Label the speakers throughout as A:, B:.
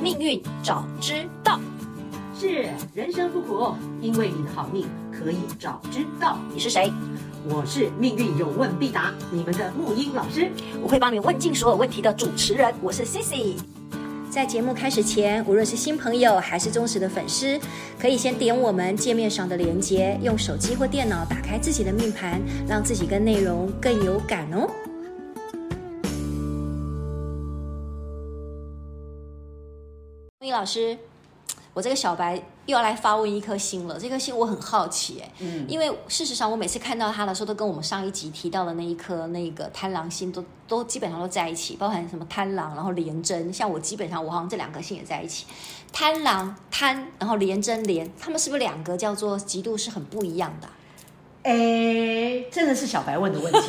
A: 命运早知道。
B: 是人生不苦，因为你的好命可以早知道。
A: 你是谁？
B: 我是命运有问必答，你们的木英老师。
A: 我会帮你问尽所有问题的主持人。我是 Cici。
C: 在节目开始前，无论是新朋友还是忠实的粉丝，可以先点我们界面上的连接，用手机或电脑打开自己的命盘，让自己跟内容更有感哦。木易老师，我这个小白又要来发问一颗星了。这颗星我很好奇、哎，
B: 嗯，
C: 因为事实上我每次看到它的时候，都跟我们上一集提到的那一颗那个贪狼星都都基本上都在一起，包含什么贪狼，然后廉贞，像我基本上我好像这两颗星也在一起，贪狼贪，然后廉贞廉，他们是不是两个叫做极度是很不一样的啊、
B: 哎，真的是小白问的问 题。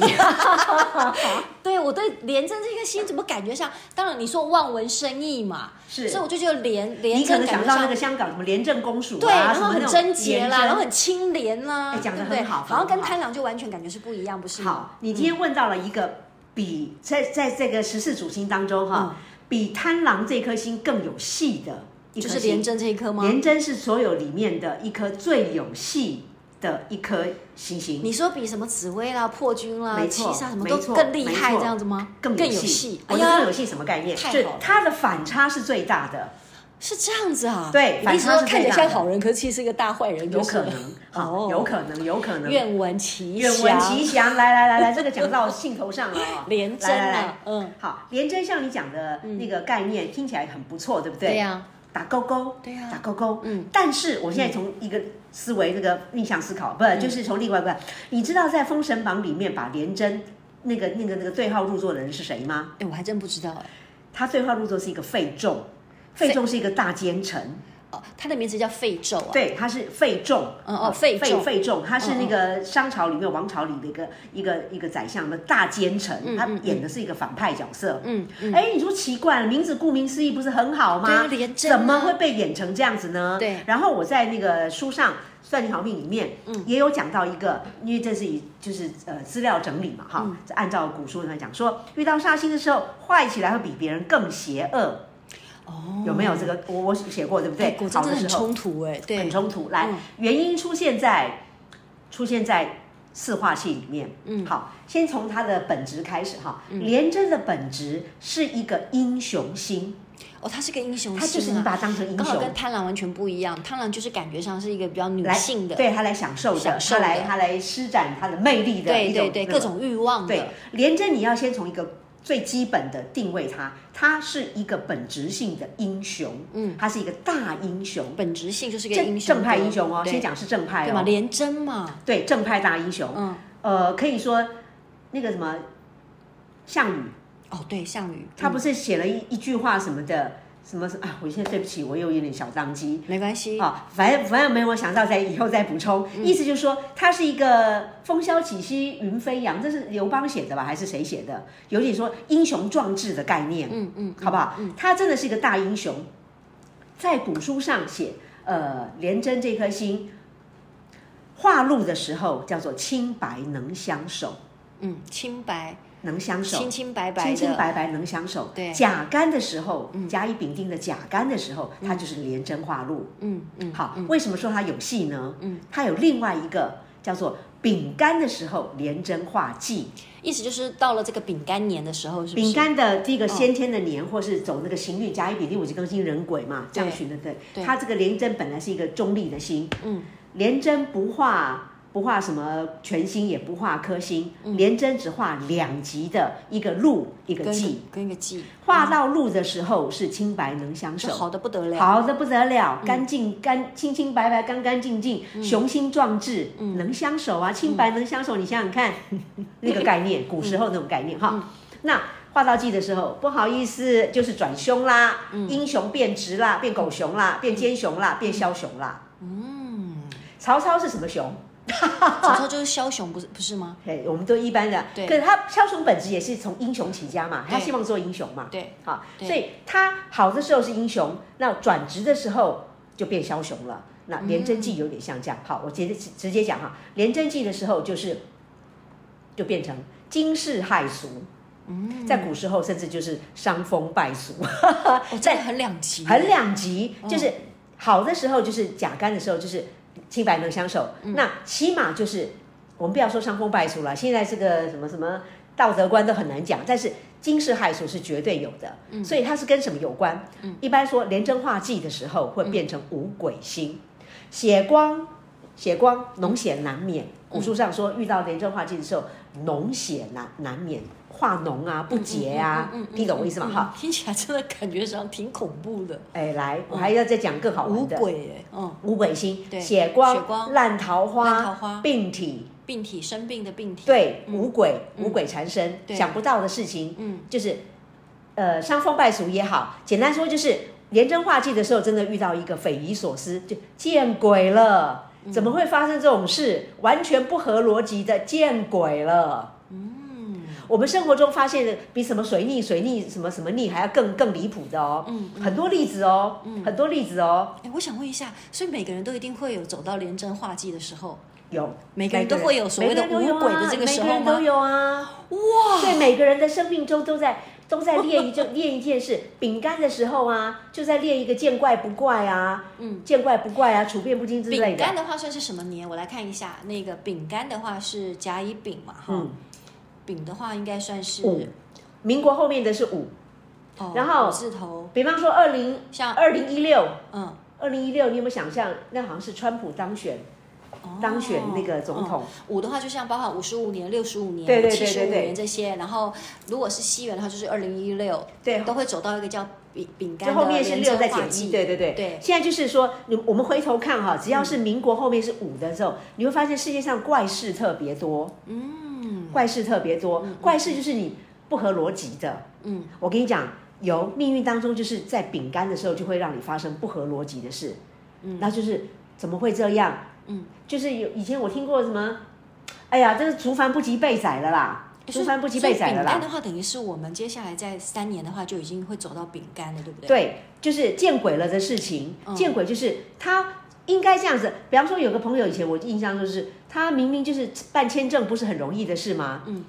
C: 对我对廉贞这颗星怎么感觉上？当然你说望文生义嘛，
B: 是
C: 所以我就觉得廉廉
B: 你可
C: 贞
B: 能
C: 感
B: 想
C: 觉
B: 到那
C: 上
B: 个香港什么廉政公署啊，
C: 对，然后
B: 什么那
C: 很
B: 种
C: 贞洁啦，
B: 廉
C: 然后很清廉啦，
B: 哎讲得
C: 对不对
B: 很好
C: 好像
B: 很
C: 跟
B: 好
C: 贪狼就完全感觉是不一样，不是吗？
B: 好，你今天问到了一个比在在这个十四主星当中哈，
C: 嗯
B: 比贪狼这颗星更有戏的一
C: 就
B: 颗
C: 是
B: 星，
C: 廉贞这一颗吗？
B: 廉贞是所有里面的一颗最有戏的一颗行星，
C: 你说比什么紫薇啦、破军啦、
B: 没
C: 七
B: 错
C: 杀什么
B: 没
C: 都
B: 错
C: 更厉害，
B: 没错
C: 这样子吗？
B: 更
C: 更
B: 有
C: 有
B: 戏
C: 戏。。
B: 我
C: 哎
B: 觉得更
C: 呀
B: 有，戏什么概念？
C: 太
B: 就
C: 好了
B: 它的反差是最大的，
C: 是这样子啊。
B: 对
C: 你
B: 反
C: 意思
B: 差
C: 说
B: 是
C: 看起来
B: 最大
C: 像
B: 的
C: 好人，可是其实是个大坏人，
B: 有
C: 就是哦
B: 可能，好，有可能，有可能。
C: 愿闻其
B: 愿
C: 详，
B: 闻其详，来来来来，这个讲到兴头上了啊
C: 廉贞
B: 来来来
C: 啊，，嗯，
B: 好，廉贞像你讲的那个概念听起来很不错，对不对？啊
C: 对呀，
B: 打勾勾，
C: 对呀
B: 打勾勾，
C: 嗯。嗯
B: 但是我现在从一个思维那个逆向思考，不就是从另外一个，你知道在《封神榜》里面把廉贞那个那个那个对号入座的人是谁吗？
C: 哎，我还真不知道哎。
B: 他对号入座是一个费仲，费仲是一个大奸臣，
C: 哦，他的名字叫费纣啊。
B: 对，他是费仲，
C: 嗯哦
B: 啊
C: 费
B: 费
C: 仲
B: 费仲，他是
C: 嗯
B: 那个商朝里面王朝里的一个一个一个宰相的大奸臣，他演的是一个反派角色，
C: 嗯嗯
B: 哎，你说奇怪了，名字顾名思义不是很好
C: 对
B: 吗
C: 啊？廉贞啊
B: 怎么会被演成这样子呢？
C: 对
B: 然后我在那个书上《算你好命》里面，
C: 嗯
B: 也有讲到一个，因为这是以就是呃资料整理嘛，哈，
C: 嗯
B: 这按照古书来讲说，遇到煞星的时候，坏起来会比别人更邪恶。哦，有没有这个？我我写过对不
C: 哎
B: 对？
C: 果真
B: 好
C: 真
B: 的
C: 的很
B: 时候
C: 冲突哎，对，
B: 很冲突。来，原因出现在出现在四化系里面。嗯，好，先从它的本质开始哈。
C: 嗯
B: 廉贞的本质是一个英雄心，
C: 哦，他是个英雄星啊，
B: 他就是你把它当成英
C: 刚好
B: 雄
C: 跟。贪婪完全不一样，贪婪就是感觉上是一个比较女性的，
B: 对他来享受的，
C: 享受
B: 他
C: 的
B: 来他来施展他的魅力的
C: 对
B: 一
C: 对
B: 种
C: 对，
B: 那
C: 各种欲望的，
B: 对廉贞，你要先从一个最基本的定位他，他是一个本质性的英雄，嗯，他是一个大英雄，
C: 本质性就是个
B: 正
C: 英雄，
B: 正派英雄哦，
C: 对
B: 先讲是正派
C: 对嘛，
B: 哦，
C: 廉贞嘛，
B: 对正派大英雄，
C: 嗯，
B: 呃，可以说那个什么项羽，
C: 哦对，项羽，
B: 他
C: 嗯
B: 不是写了一一句话什么的，什么什啊，我现在对不起，我又有点小当机，
C: 没关系，
B: 啊，反正反正没有我想到，在以后再补充。
C: 嗯
B: 意思就是说，它是一个风萧起兮云飞扬，这是刘邦写的吧，还是谁写的？有点说英雄壮志的概念，
C: 嗯嗯，
B: 好不好？他真的是一个大英雄，在古书上写，呃，廉贞这颗星。化禄的时候叫做清白能相守，
C: 嗯，清白，
B: 能相守，
C: 清清白白的，
B: 清清白白能相守。
C: 对
B: 甲干的时候，甲乙丙丁的甲干的时候，它就是廉贞化禄。
C: 嗯嗯，
B: 好，为什么说它有戏呢？嗯，它有另外一个叫做丙干的时候廉贞化忌，
C: 意思就是到了这个丙干年的时候，是不是
B: 丙干的第一
C: 嗯
B: 个先天的年，或是走那个行运甲乙丙丁，我就更新人鬼嘛，这样
C: 对
B: 循的对。
C: 对
B: 它这个廉贞本来是一个中立的星，
C: 嗯，
B: 廉贞不化。不化什么全星，也不化颗星，廉贞只化两极的一个禄一个
C: 嗯跟一
B: 忌
C: 个。跟一个忌，
B: 化到禄的时候是清白能相守
C: 就，好的嗯不得了，
B: 好的不得了，干净干清清白白，干干净净，
C: 嗯
B: 雄心壮志，能相守啊，清白能相守。你想想看， 那
C: 嗯
B: 个概念，古时候那种概念哈。那画到记的时候，不好意思，就是转凶啦，
C: 嗯
B: 英雄变直啦，变狗熊啦，变奸雄啦，变枭雄啦。嗯，曹操是什么熊？
C: 曹操就是枭雄，不是不是吗？
B: 对，我们都一般的。
C: 对
B: 可是他枭雄本质也是从英雄起家嘛，他
C: 对
B: 希望做英雄嘛。
C: 对，
B: 好，
C: 对
B: 所以他好的时候是英雄，那转职的时候就变枭雄了。那廉贞记有点像这样。好，我直接直接讲哈，廉贞记的时候就是就变成惊世骇俗，在古时候甚至就是伤风败俗，
C: 哦，这个很两极，
B: 很两极，就是好的时候就是甲肝的时候就是清白能相守，
C: 嗯
B: 那起码就是我们不要说伤风败俗了，现在这个什么什么道德观都很难讲，但是惊世骇俗是绝对有的，
C: 嗯
B: 所以它是跟什么有关？一般说廉贞化忌的时候会变成五鬼星，
C: 嗯
B: 血光血光脓血难免。
C: 嗯
B: 古书上说，遇到廉贞化忌的时候，脓血难难免，化脓啊，不洁啊，听懂我意思吗？
C: 嗯，
B: 哈、
C: 听起来真的感觉上挺恐怖的，
B: 哎，来，我
C: 嗯
B: 还要再讲更好
C: 五
B: 玩的。
C: 鬼哎，嗯，
B: 五鬼星，
C: 对
B: 血光、
C: 血光
B: 烂桃花、
C: 烂桃花
B: 病体，
C: 病体生病的病体，，
B: 对，
C: 嗯
B: 五鬼、五鬼缠身，
C: 对
B: 想不到的事情，
C: 嗯，
B: 就是呃伤风败俗也好，简单说就是廉贞化忌的时候，真的遇到一个匪夷所思，就见鬼了。
C: 嗯
B: 怎么会发生这种事？完全不合逻辑的，见鬼了！嗯，我们生活中发现的比什么水逆、水逆什么什么逆还要更更离谱的哦，嗯，很多例子哦，
C: 嗯
B: 很多例子哦，
C: 哎，我想问一下，所以每个人都一定会有走到廉贞化忌的时候，
B: 有
C: 每个人都会有所谓的
B: 每个人都有啊
C: 无鬼的这个时候吗
B: 每个人都有啊，
C: 哇，
B: 对，每个人的生命中都在都在 练一就练一件事，饼干的时候啊，就在练一个见怪不怪啊，嗯，见怪不怪啊，处变不惊之类
C: 饼
B: 的。
C: 干的话算是什么年？我来看一下，那个饼干的话是甲乙丙嘛，哈，
B: 嗯，
C: 丙的话应该算是
B: 五民国后面的是五，
C: 哦，
B: 然后
C: 五字头，
B: 比方说二零
C: 像
B: 二零一六，
C: 嗯，
B: 二零一六，你有没有想象？那好像是川普当选
C: 哦
B: 当选那个总统
C: 嗯五的话，就像包含五十五年、六十五
B: 对
C: 年、
B: 对
C: 七
B: 对
C: 十五
B: 对对
C: 年这些，然后如果是西元的话，就是二零一六，
B: 对
C: 都会走到一个叫饼饼干
B: 就
C: 的
B: 后面是
C: 连
B: 六
C: 针
B: 再
C: 化
B: 减
C: 剂
B: 一，对对对嗯
C: 对
B: 现在就是说，你我们回头看哈，只要是民国后面是五的时候，你会发现世界上怪事特别多。嗯，怪事特别多，怪事就是你不合逻辑的。嗯，我跟你讲，有命运当中就是在饼干的时候就会让你发生不合逻辑的事。嗯，那就是怎么会这样？嗯，就是有以前我听过什么，哎呀，这是竹帆不及被宰了啦，竹帆不及被宰
C: 所以
B: 了
C: 饼
B: 啦
C: 干。的话，等于是我们接下来在三年的话，就已经会走到饼干了，对不对？
B: 对，就是见鬼了的事情。见鬼就是他应该这样子。比方说，有个朋友以前我印象就是，他明明就是办签证不是很容易的事吗？嗯，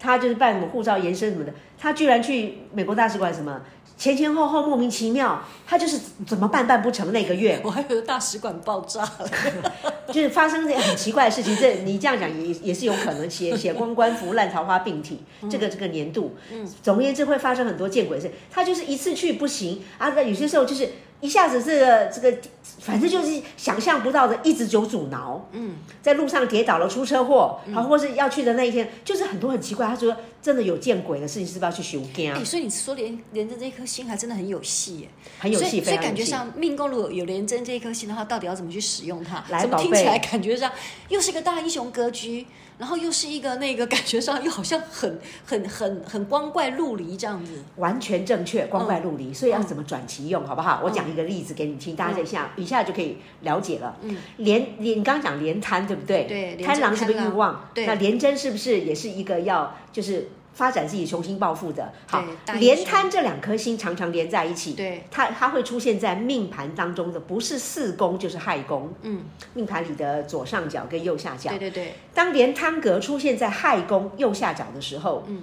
B: 他就是办什么护照延伸什么的，他居然去美国大使馆什么。前前后后莫名其妙，他就是怎么办办不成那个月，
C: 我还以为大使馆爆炸了，
B: 就是发生这很奇怪的事情。这你这样讲也也是有可能，血血光官服烂桃花病体，
C: 嗯
B: 这个这个年度，总而言之会发生很多见鬼的事。他就是一次去不行啊，那有些时候就是一下子这个这个，反正就是想象不到的，一直有阻挠。嗯，在路上跌倒了，出车祸，
C: 嗯
B: 好、或是要去的那一天，就是很多很奇怪。他说真的有见鬼的事情，是不是要去修根啊
C: 哎，？所以你说连连着这颗心还真的很有戏耶，
B: 很有
C: 所
B: 戏，
C: 以，所以
B: 非常
C: 感
B: 有
C: 觉
B: 戏。
C: 上命宫如果有廉贞这一颗星的话，到底要怎么去使用它？
B: 来
C: 怎么
B: 宝
C: 听起
B: 贝
C: 来感觉上又是一个大英雄格局，然后又是一个那个感觉上又好像很很很很光怪陆离这样子。
B: 完全正确，光怪陆
C: 嗯
B: 离，所以要怎么转其用，好不好？我讲一个例子给你听，大家一下
C: 嗯
B: 一下就可以了解了。嗯，连连你刚刚讲连贪对不对？
C: 对连
B: 贪狼
C: 贞
B: 是不是
C: 贪
B: 欲
C: 狼
B: 望？
C: 对
B: 那连贞是不是也是一个要就是发展自己雄心抱负的？好
C: 对大，英
B: 连
C: 雄
B: 贪这两颗星常常连在一起，
C: 对，
B: 它它会出现在命盘当中的，不是四宫就是亥宫，
C: 嗯，
B: 命盘里的左上角跟右下角
C: 对。对对，
B: 当连贪格出现在亥宫右下角的时候，嗯，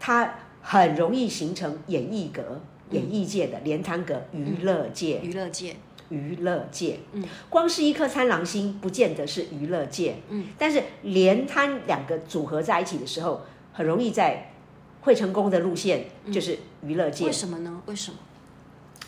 B: 它很容易形成演艺格。
C: 嗯
B: 演艺界的连贪格，娱乐界，
C: 娱乐界
B: 娱乐界，嗯，光是一颗贪狼星，不见得是娱乐界，嗯，但是连贪两个组合在一起的时候，很容易在会成功的路线，就是娱乐
C: 嗯
B: 界。
C: 为什么呢？为什么？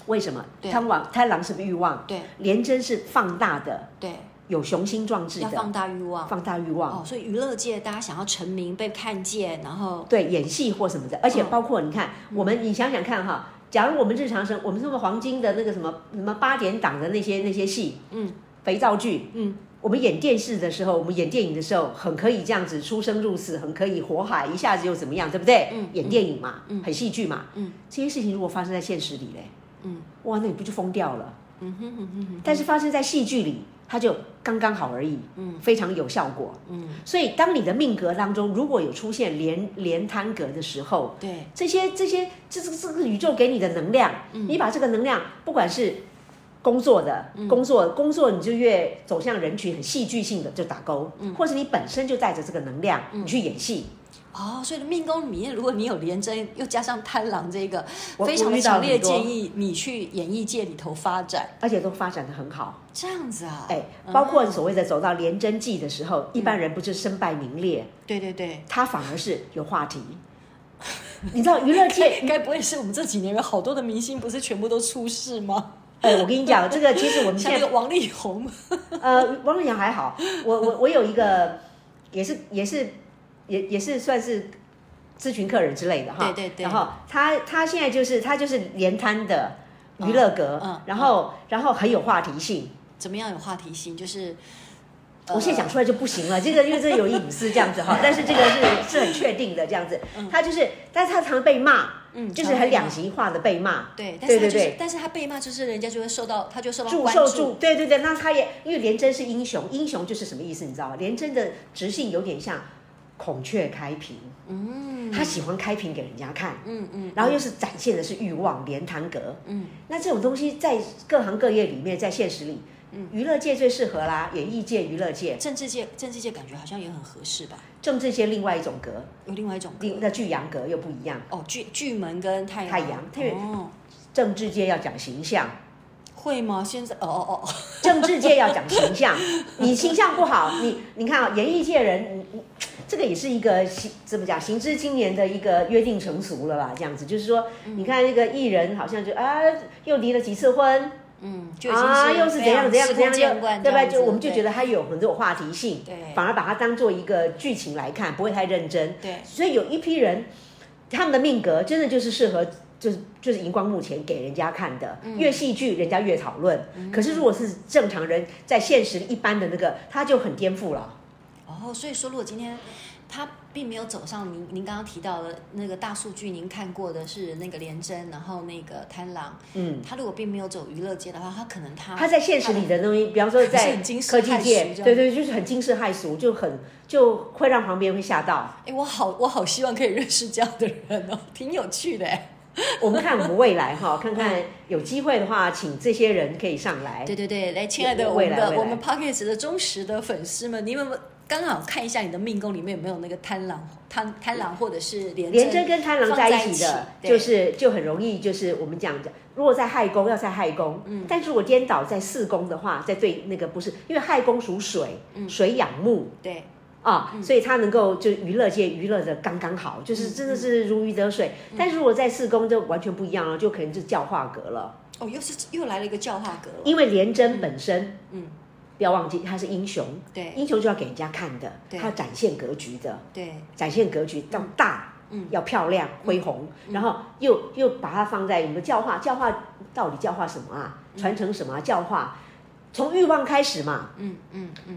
B: 为什么？
C: 对
B: 贪狼贪狼是不是欲望？
C: 对
B: 连贞是放大的，
C: 对，
B: 有雄心壮志
C: 要
B: 的，
C: 放大欲望。
B: 放大欲望。
C: 哦，所以娱乐界大家想要成名、被看见，然后
B: 对演戏或什么的，而且包括你看，我们你想想看哈，假如我们日常生，我们这么黄金的那个什么什么八点档的那些那些戏，嗯，肥皂剧，嗯，我们演电视的时候，我们演电影的时候，很可以这样子出生入死，很可以火海，一下子又怎么样，对不对？嗯，演电影嘛，嗯，很戏剧嘛，嗯，这些事情如果发生在现实里嘞，嗯，哇，那你不就疯掉了？嗯哼哼哼，但是发生在戏剧里。它就刚刚好而已，嗯，非常有效果，嗯，所以当你的命格当中如果有出现连连贪格的时候，
C: 对
B: 这些这些这这这个宇宙给你的能量，你把这个能量，不管是工作的，工作工作你就越走向人群，很戏剧性的就打勾，或者你本身就带着这个能量，你去演戏。
C: 哦，所以命宫里面，如果你有廉贞，又加上贪狼这个，
B: 我
C: 非常
B: 我
C: 的
B: 遇到
C: 强
B: 很
C: 烈
B: 多
C: 建议你去演艺界里头发展。
B: 而且都发展的很好，
C: 这样子啊，
B: 哎，
C: 嗯
B: 包括所谓的走到廉贞记的时候，一般人不是身败名裂，
C: 对对对，
B: 他反而是有话题。你知道娱乐 界
C: 该不会是我们这几年有好多的明星不是全部都出事吗？
B: 哎，我跟你讲，这个其实我们
C: 像
B: 现
C: 那个
B: 在
C: 王力宏，
B: 呃，王瑞阳还好，我我我有一个也是也是也也是算是咨询客人之类的哈，
C: 对对对
B: 然后他他现在就是他就是连摊的娱乐格，
C: 嗯嗯
B: 然后然后很有话题性。
C: 怎么样有话题性？就是
B: 我现在讲出来就不行了，这个因为这有隐私这样子哈，但是这个是是很确定的这样子。他就是，但是他常被骂，
C: 嗯
B: 就是很两极化的被骂，
C: 对，但
B: 对
C: 是他
B: 对
C: 就是，
B: 对，
C: 但是他被骂，就是人家就会受到，他就受到
B: 助
C: 关
B: 受
C: 注。
B: 助，对对对，那他也因为廉贞是英雄，英雄就是什么意思，你知道吗？廉贞的直性有点像孔雀开屏，
C: 嗯
B: 他喜欢开屏给人家看，
C: 嗯嗯，
B: 然后又是展现的是欲望连堂格，
C: 嗯，
B: 那这种东西在各行各业里面，在现实里，
C: 嗯
B: 娱乐界最适合啦，演艺界、娱乐界，
C: 政治界政治界感觉好像也很合适吧？
B: 政治界另外一种格，
C: 有另外一种
B: 另那巨阳格又不一样，
C: 哦，巨巨门跟太阳
B: 太阳太阳
C: 哦，
B: 政治界要讲形象，
C: 会吗？现在哦哦哦，
B: 政治界要讲形象， 你形象不好，你你看啊、演艺界人，你你这个也是一个行怎么讲，行之今年的一个约定成俗了吧？这样子就是说，
C: 嗯
B: 你看那个艺人好像就啊，又离了几次婚
C: 嗯，就已经
B: 啊，又是怎样怎样怎样，
C: 见
B: 又
C: 惯，
B: 对
C: 这
B: 吧？
C: 样子
B: 就我们就觉得他有很多有话题性，
C: 对
B: 反而把它当做一个剧情来看，不会太认真。
C: 对
B: 所以有一批人，他们的命格真的就是适合，就是就是荧光幕前给人家看的，
C: 嗯
B: 越戏剧人家越讨论。可是如果是正常人，在现实一般的那个，他就很颠覆了。
C: 哦，所以说如果今天他并没有走上您您刚刚提到的那个大数据，您看过的是那个廉贞，然后那个贪狼，
B: 嗯，
C: 他如果并没有走娱乐界的话，他可能他
B: 他在现实里的东西，比方说
C: 是
B: 在
C: 很惊世
B: 科技
C: 骇俗
B: 界，
C: 这样
B: 对对，就是很惊世骇俗，就很就会让旁边会吓到。
C: 哎，我好我好希望可以认识这样的人哦，挺有趣的哎。
B: 我们看我们未来哈，看
C: 嗯
B: 看有机会的话，请这些人可以上来。
C: 对对对，来，亲爱的，我
B: 哎未
C: 们
B: 来
C: 的
B: 未来
C: 我们 p o c k e t 的忠实的粉丝们，你们有没有刚好看一下你的命宫里面有没有那个贪狼、贪贪狼或者是廉
B: 廉贞
C: 贞
B: 跟贪狼
C: 放
B: 在
C: 在
B: 一起的，
C: 对
B: 就是就很容易，就是我们讲的，如果在亥宫要在亥宫，
C: 嗯
B: 但是如果颠倒在巳宫的话，在对那个不是，因为亥宫属水，
C: 嗯
B: 水养木
C: 对
B: 啊，
C: 嗯
B: 所以它能够就娱乐界娱乐的刚刚好，就是真的是如鱼得水。
C: 嗯
B: 但是如果在巳宫就完全不一样了，就可能就教化格了，
C: 哦，又是又来了一个教化格了，
B: 因为廉贞本身，
C: 嗯
B: 不要忘记他是英雄，
C: 对
B: 英雄就要给人家看的，
C: 对
B: 他要展现格局的。
C: 对
B: 展现格局要大，
C: 嗯
B: 要漂亮恢宏，然后又又把它放在我们教化，教化到底教化什么啊？传承什么啊、教化从欲望开始嘛，
C: 嗯嗯嗯，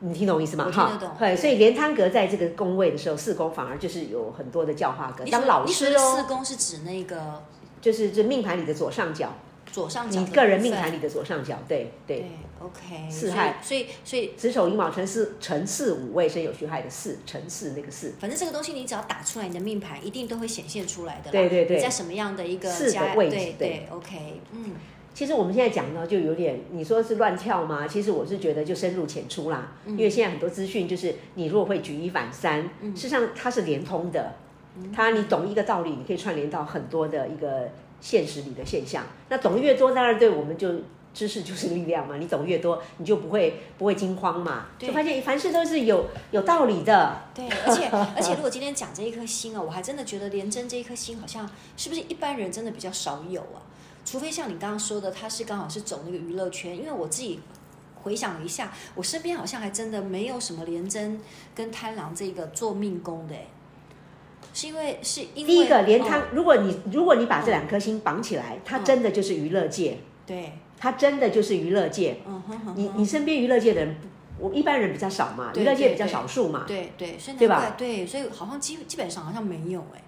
B: 你听懂意思吗？
C: 我听得懂
B: 对，
C: 对
B: 所以连摊格在这个宫位的时候，四宫反而就是有很多的教化格，
C: 你
B: 当
C: 说
B: 老
C: 你说
B: 师
C: 的四
B: 哦，
C: 宫是指那个
B: 就是这命盘里的左上角，
C: 左上角
B: 你
C: 的
B: 个人
C: 部
B: 命
C: 分
B: 盘里的左上角，对对
C: 对。OK
B: 四
C: 所以
B: 害
C: 所以所以
B: 子丑寅卯辰巳辰巳午未申酉戌亥的巳辰巳那个巳
C: 反正这个东西你只要打出来，你的命盘一定都会显现出来的啦。
B: 对对对
C: 你在什么样的一个
B: 是的
C: 家
B: 位置
C: 对
B: 对
C: 对，OK，嗯，
B: 其实我们现在讲呢，就有点你说是乱跳吗？其实我是觉得就深入浅出啦，
C: 嗯
B: 因为现在很多资讯就是你如果会举一反三，
C: 嗯
B: 事实上它是连通的，它你懂一个道理，你可以串联到很多的一个现实里的现象。那懂得越多，当然对我们就。知识就是力量嘛，你懂越多，你就不会不会惊慌嘛，
C: 对
B: 就发现凡事都是有有道理的。
C: 对，而 且而且如果今天讲这一颗星啊，我还真的觉得廉贞这一颗星好像是不是一般人真的比较少有啊？除非像你刚刚说的，他是刚好是走那个娱乐圈，因为我自己。回想了一下，我身边好像还真的没有什么廉贞跟贪狼这个做命宫的，哎是因为是因为
B: 第一个连
C: 哦
B: 它，如果你如果你把这两颗星绑起来，它真的就是娱乐界，
C: 对，
B: 它真的就是娱乐界。
C: 嗯哼哼哼，
B: 你你身边娱乐界的人不，我一般人比较少嘛，
C: 对
B: 娱乐界
C: 对
B: 比较少数嘛。
C: 对对，所以
B: 对
C: 难
B: 吧
C: 怪对，所以好像基基本上好像没有哎、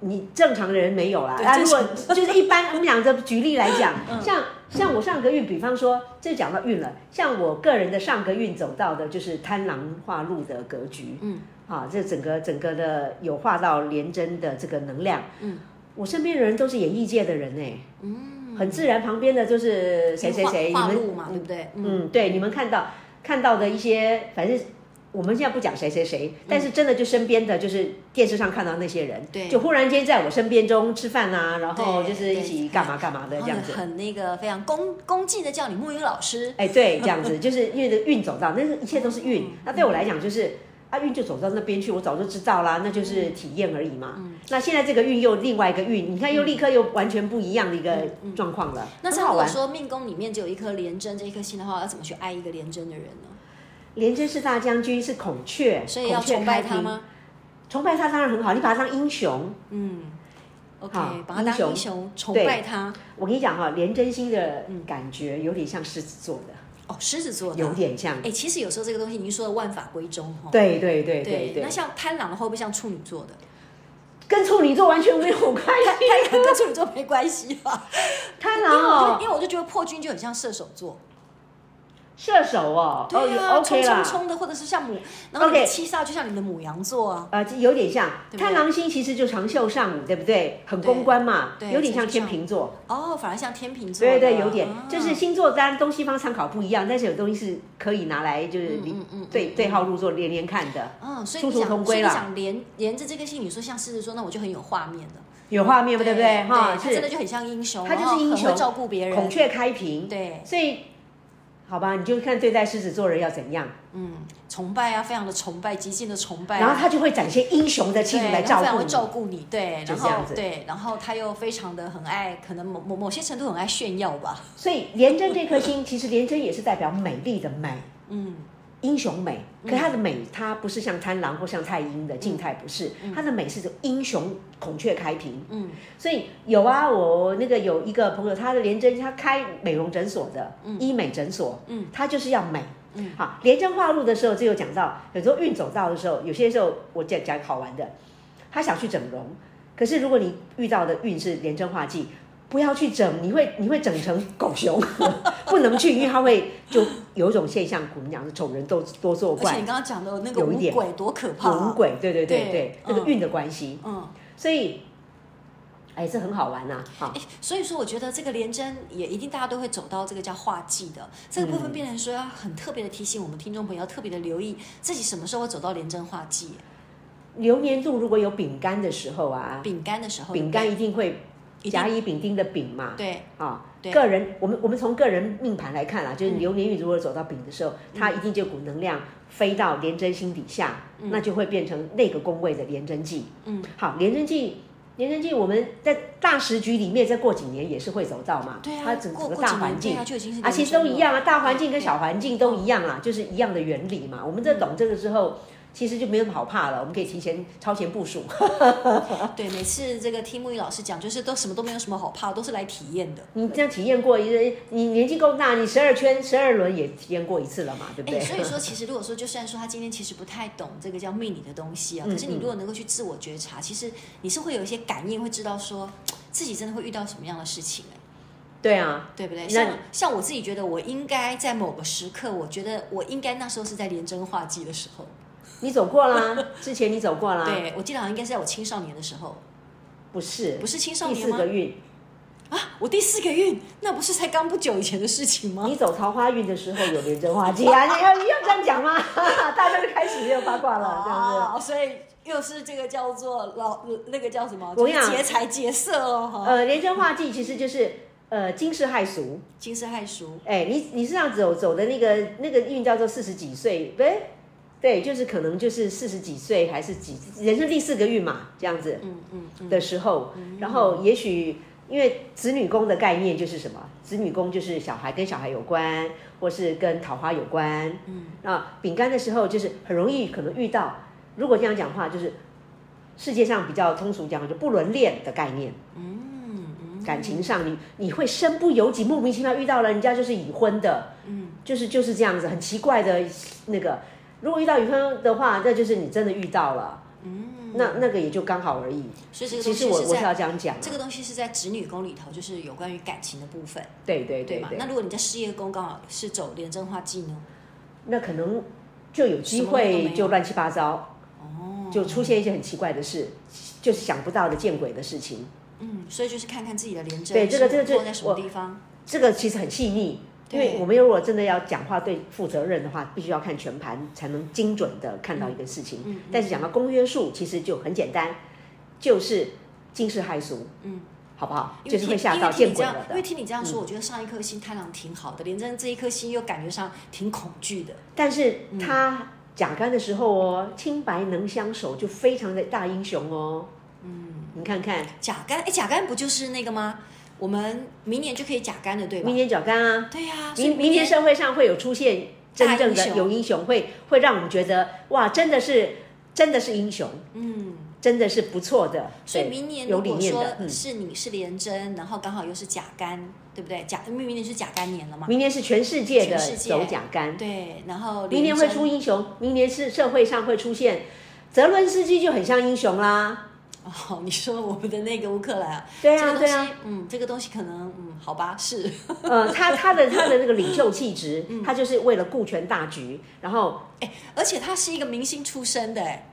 B: 你正常的人没有啦。
C: 对嗯
B: 那如果
C: 正
B: 就是一般，我们两个举例来讲，像像我上个运，比方说这讲到运了，像我个人的上个运走到的就是贪狼化禄的格局，
C: 嗯，
B: 啊，这整个整个的有化到廉贞的这个能量，
C: 嗯，
B: 我身边的人都是演艺界的人哎、
C: 嗯，
B: 很自然，旁边的就是谁谁谁，你
C: 画画
B: 们
C: 路嘛，对不对？嗯，
B: 嗯，对，你们看到看到的一些，反正我们现在不讲谁谁谁，
C: 嗯
B: 但是真的就身边的，就是电视上看到那些人，
C: 对
B: 就忽然间在我身边中吃饭啊，然后
C: 对
B: 就是一起
C: 对
B: 干嘛干嘛的
C: 然
B: 这
C: 后
B: 样
C: 很
B: 子。
C: 很那个非常恭恭敬的叫你沐雨老师，
B: 哎，对，这样子，就是因为这个运走到，那是一切都是运。
C: 嗯
B: 那对我来讲，就是啊，运就走到那边去，我早就知道啦，那就是体验而已嘛。
C: 嗯
B: 那现在这个运又另外一个运，你看又立刻又完全不一样的一个状况了，
C: 嗯那
B: 很
C: 像
B: 好
C: 如果
B: 玩。
C: 说命宫里面只有一颗廉贞这一颗星的话，要怎么去爱一个廉贞的人呢？
B: 连真是大将军，是孔雀，
C: 所以要
B: 孔雀
C: 崇拜
B: 开
C: 他
B: 屏？
C: 吗？
B: 崇拜他当然很好，你把他当英雄，
C: 嗯，OK，
B: 好
C: 把他当
B: 英雄
C: 英雄崇
B: 对
C: 拜他。
B: 我跟你讲哈、连真心的感觉有点像狮子座的，
C: 哦，狮子座的
B: 有。点像
C: 哎、。其实有时候这个东西，您说的万法归宗哈。
B: 对对对对对
C: 那，像贪狼的话，会不会像处女座的？
B: 跟处女座完全没有关系。
C: 跟处女座没关系 吧？
B: 贪
C: 因
B: 狼
C: 为我就
B: 哦，
C: 因为我就觉得破军就很像射手座，
B: 射手哦，哦
C: 对
B: 也
C: 啊，冲
B: OK 啦
C: 冲，冲的，或者是像母，然后你
B: OK
C: 的七煞就像你的母羊座啊，
B: 呃，这有点像
C: 对不对
B: 贪狼星，其实就长袖善舞，对不对？很公关嘛，
C: 对对
B: 有点像天秤座。
C: 哦，反而像天秤座的，
B: 对对，有点
C: 啊，
B: 就是星座当然东西方参考不一样，但是有东西是可以拿来就是
C: 嗯嗯嗯
B: 对对号入座连连看的，
C: 嗯，所以
B: 殊
C: 你
B: 途
C: 讲，
B: 同
C: 所以
B: 归
C: 你
B: 啦，
C: 讲连连着这个星，你说像狮子座，那我就很有画面了，
B: 有画面对不对？哈，
C: 他真的
B: 是
C: 就很像英雄，
B: 他就是
C: 然后很
B: 英雄
C: 会照顾别人，
B: 孔雀开屏，
C: 对，
B: 所以，好吧，你就看对待狮子座人要怎样，
C: 嗯，崇拜啊，非常的崇拜，极尽的崇拜啊、
B: 然后他就会展现英雄的气
C: 对，然
B: 质来
C: 后
B: 照
C: 非常
B: 顾
C: 会
B: 你。
C: 照顾你，对，
B: 就
C: 然
B: 是这样
C: 后
B: 子
C: 对，然后他又非常的很爱，可能某某某些程度很爱炫耀吧，
B: 所以廉贞这颗星， 其实廉贞也是代表美丽的美，
C: 嗯，
B: 英雄美。可它的美，它不是像贪狼或像太阴的静态，不是，它的美是种英雄孔雀开屏。
C: 嗯，
B: 所以有啊，我那个有一个朋友，他的廉贞，他开美容诊所的，医美诊所，嗯，他就是要美。嗯，好，廉贞化禄的时候就有讲到，有时候运走到的时候，有些时候我讲讲好玩的，他想去整容，可是如果你遇到的运是廉贞化忌，不要去整，你会你会整成狗熊， 不能去，因为它会就有一种现象，古人讲是丑人多多作
C: 而且
B: 怪
C: 你，刚刚讲的那个
B: 有一
C: 五
B: 点
C: 鬼多可怕、啊，
B: 五，鬼，对对对
C: 对
B: 对，这
C: 嗯
B: 个运的关系，
C: 嗯，
B: 所以，哎，这很好玩呐、啊，好
C: 哎，所以说我觉得这个连针也一定大家都会走到这个叫化忌的这个部
B: 嗯
C: 分，变成说要很特别的提醒我们听众朋友，要特别的留意自己什么时候会走到连针化忌，
B: 流年度如果有丙干的时候啊，
C: 饼干的时候，
B: 丙干一定会
C: 一定
B: 甲乙丙丁的丙嘛，
C: 对
B: 啊，
C: 对嗯
B: 个人，我们我们从个人命盘来看啊，就是流年运如果走到丙的时候，它一定就股能量飞到廉贞星底下，那就会变成那个宫位的廉贞记。
C: 嗯，
B: 好，廉贞记，廉贞记，我们在大时局里面，再过几年也是会走到嘛。
C: 对啊，
B: 它整
C: 过
B: 整个
C: 过几
B: 大
C: 年
B: 环境
C: 对啊，。就已经是
B: 啊，其实都一
C: 样，
B: 样啊，大环境跟小环境都一样啊，就是一样的原理
C: 嗯
B: 嘛。我们在懂这个之后，其实就没有那么好怕了，我们可以提前超前部署。
C: 对，每次这个听木鱼老师讲，就是都什么都没有什么好怕，都是来体验的。
B: 你这样体验过一个，你年纪够大，你十二圈、十二轮也体验过一次了嘛，对不
C: 哎，
B: 对？
C: 所以说，其实如果说，就算说他今天其实不太懂这个叫命理的东西
B: 嗯
C: 啊，可是你如果能够去自我觉察，其实你是会有一些感应，会知道说嘖自己真的会遇到什么样的事情、哎，
B: 对啊，
C: 对不对？
B: 那
C: 像像我自己觉得，我应该在某个时刻，我觉得我应该那时候是在连贞化忌的时候，
B: 你走过 啦，之前你走过啦，
C: 对我记得好像应该是在我青少年的时候，
B: 不是
C: 不是青少
B: 第
C: 年
B: 四
C: 吗
B: 个？运，
C: 啊，我第四个运，那不是才刚不久以前的事情吗
B: 你？走桃花运的时候有廉贞化忌啊，你要你要这样讲吗？ 大家就开始又八卦了，这样子。
C: 哦，所以又是这个叫做老那个叫什么？
B: 我
C: 就
B: 跟你讲
C: 是劫财劫色哦，哈，
B: 呃，廉贞化忌其实就是呃惊世骇俗，
C: 惊世骇俗。
B: 哎，你你是这样走走的那个那个运叫做四十几岁，不是？对，就是可能就是四十几岁还是几人生第四个运嘛，这样子，嗯嗯的时候，然后也许因为子女宫的概念就是什么？子女宫就是小孩跟小孩有关，或是跟桃花有关，嗯，那饼干的时候就是很容易可能遇到，如果这样讲话，就是世界上比较通俗讲就不伦恋的概念，感情上你你会身不由己，莫名其妙遇到了人家就是已婚的，嗯，就是就是这样子，很奇怪的那个。如果遇到已婚的话，那就是你真的遇到了，嗯，那那个也就刚好而已。
C: 所以这个
B: 其
C: 东
B: 实
C: 西
B: 我
C: 是
B: 我是要
C: 在
B: 这样讲啊，
C: 这个东西是在子女宫里头，就是有关于感情的部分，
B: 对对
C: 对
B: 对
C: 嘛？
B: 对
C: 那，如果你在事业宫刚好是走廉贞化忌呢？
B: 那可能就有机
C: 什么都没
B: 会
C: 有
B: 就乱七八糟，哦，就出现一些很奇怪的事，就是想不到的见鬼的事情。
C: 嗯，所以就是看看自己的廉政，
B: 对这个这个这个
C: 落在什么
B: 我
C: 地方，
B: 这个其实很细腻，因
C: 对
B: 为我们如果真的要讲话对负责任的话，必须要看全盘才能精准的看到一个事
C: 嗯
B: 情。嗯但是讲到公约数，其实就很简单，就是惊世骇俗，
C: 嗯，
B: 好不好？
C: 因
B: 就
C: 为
B: 是
C: 听
B: 会吓
C: 因为
B: 到
C: 听
B: 见
C: 你这
B: 鬼
C: 样
B: 了，
C: 因为
B: 的。嗯
C: 听你这样说，我觉得上一颗星贪狼挺好的，廉政这一颗星又感觉上挺恐惧的，
B: 但是
C: 嗯
B: 他假干的时候哦，清白能相守，就非常的大英雄哦。嗯，你看看，
C: 甲肝，哎，甲肝不就是那个吗？我们明年就可以甲肝了，对吧？
B: 明年脚干啊，
C: 对呀、所以
B: 明明天社会上会有出现真
C: 大英
B: 正的
C: 雄
B: 有英雄，会会让我们觉得哇，真的是真的是英雄，
C: 嗯，
B: 真的是不错的。
C: 所以
B: 对
C: 明年
B: 有
C: 如
B: 理
C: 果
B: 念
C: 说
B: 的，嗯，
C: 是你是廉贞，然后刚好又是甲肝，对不对？甲明明年是甲肝年了嘛？
B: 明年是全世界的
C: 全世界
B: 走甲干，
C: 对，然后
B: 嗯明年
C: 廉
B: 会
C: 贞
B: 出英雄，明年是社会上会出现泽伦斯基就很像英雄啦，
C: 哦， 你说我们的那个乌克兰啊，
B: 对
C: 这
B: 啊
C: 个东
B: 对
C: 西，
B: 啊，
C: 嗯，这个东西可能，嗯，好吧，是，
B: 呃，他他的他的那个领袖气质，
C: 嗯
B: 他就是为了顾全大局，然后
C: 哎，而且他是一个明星出身的，哎，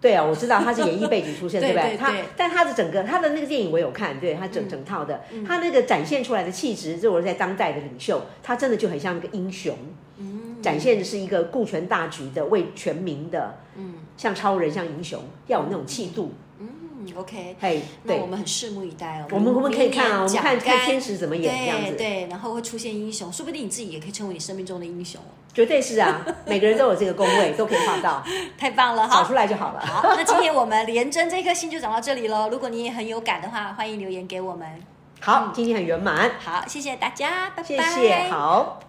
B: 对啊，我知道他是演艺背景 出身，
C: 对
B: 对不
C: 对
B: 对？他
C: 对嗯
B: 但他的整个他的那个电影我有看，对他整整套的，他那个展现出来的气质，就是我在当代的领袖，他真的就很像一个英雄，
C: 嗯
B: 展现的是一个顾全大局的、为全民的，像超人、像英雄，要有那种气度。
C: 嗯，OK，
B: 嘿，
C: 那
B: 对
C: 我，们很拭目以待哦。
B: 我们我们可以看啊，我
C: 明
B: 们
C: 年
B: 看
C: 甲
B: 看
C: 肝
B: 天使怎么演这样
C: 对
B: 子，
C: 对，然后会出现英雄，说不定你自己也可以成为你生命中的英雄哦。
B: 绝对是啊，每个人都有这个工位，都可以画 到，
C: 太棒了，
B: 找
C: 好
B: 出。来就好了。
C: 好，那今天我们连真这颗星就讲到这里喽。如果你也很有感的话，欢迎留言给我们。
B: 好，今天很圆满，
C: 嗯好，谢谢大家，拜拜。
B: 谢谢，好。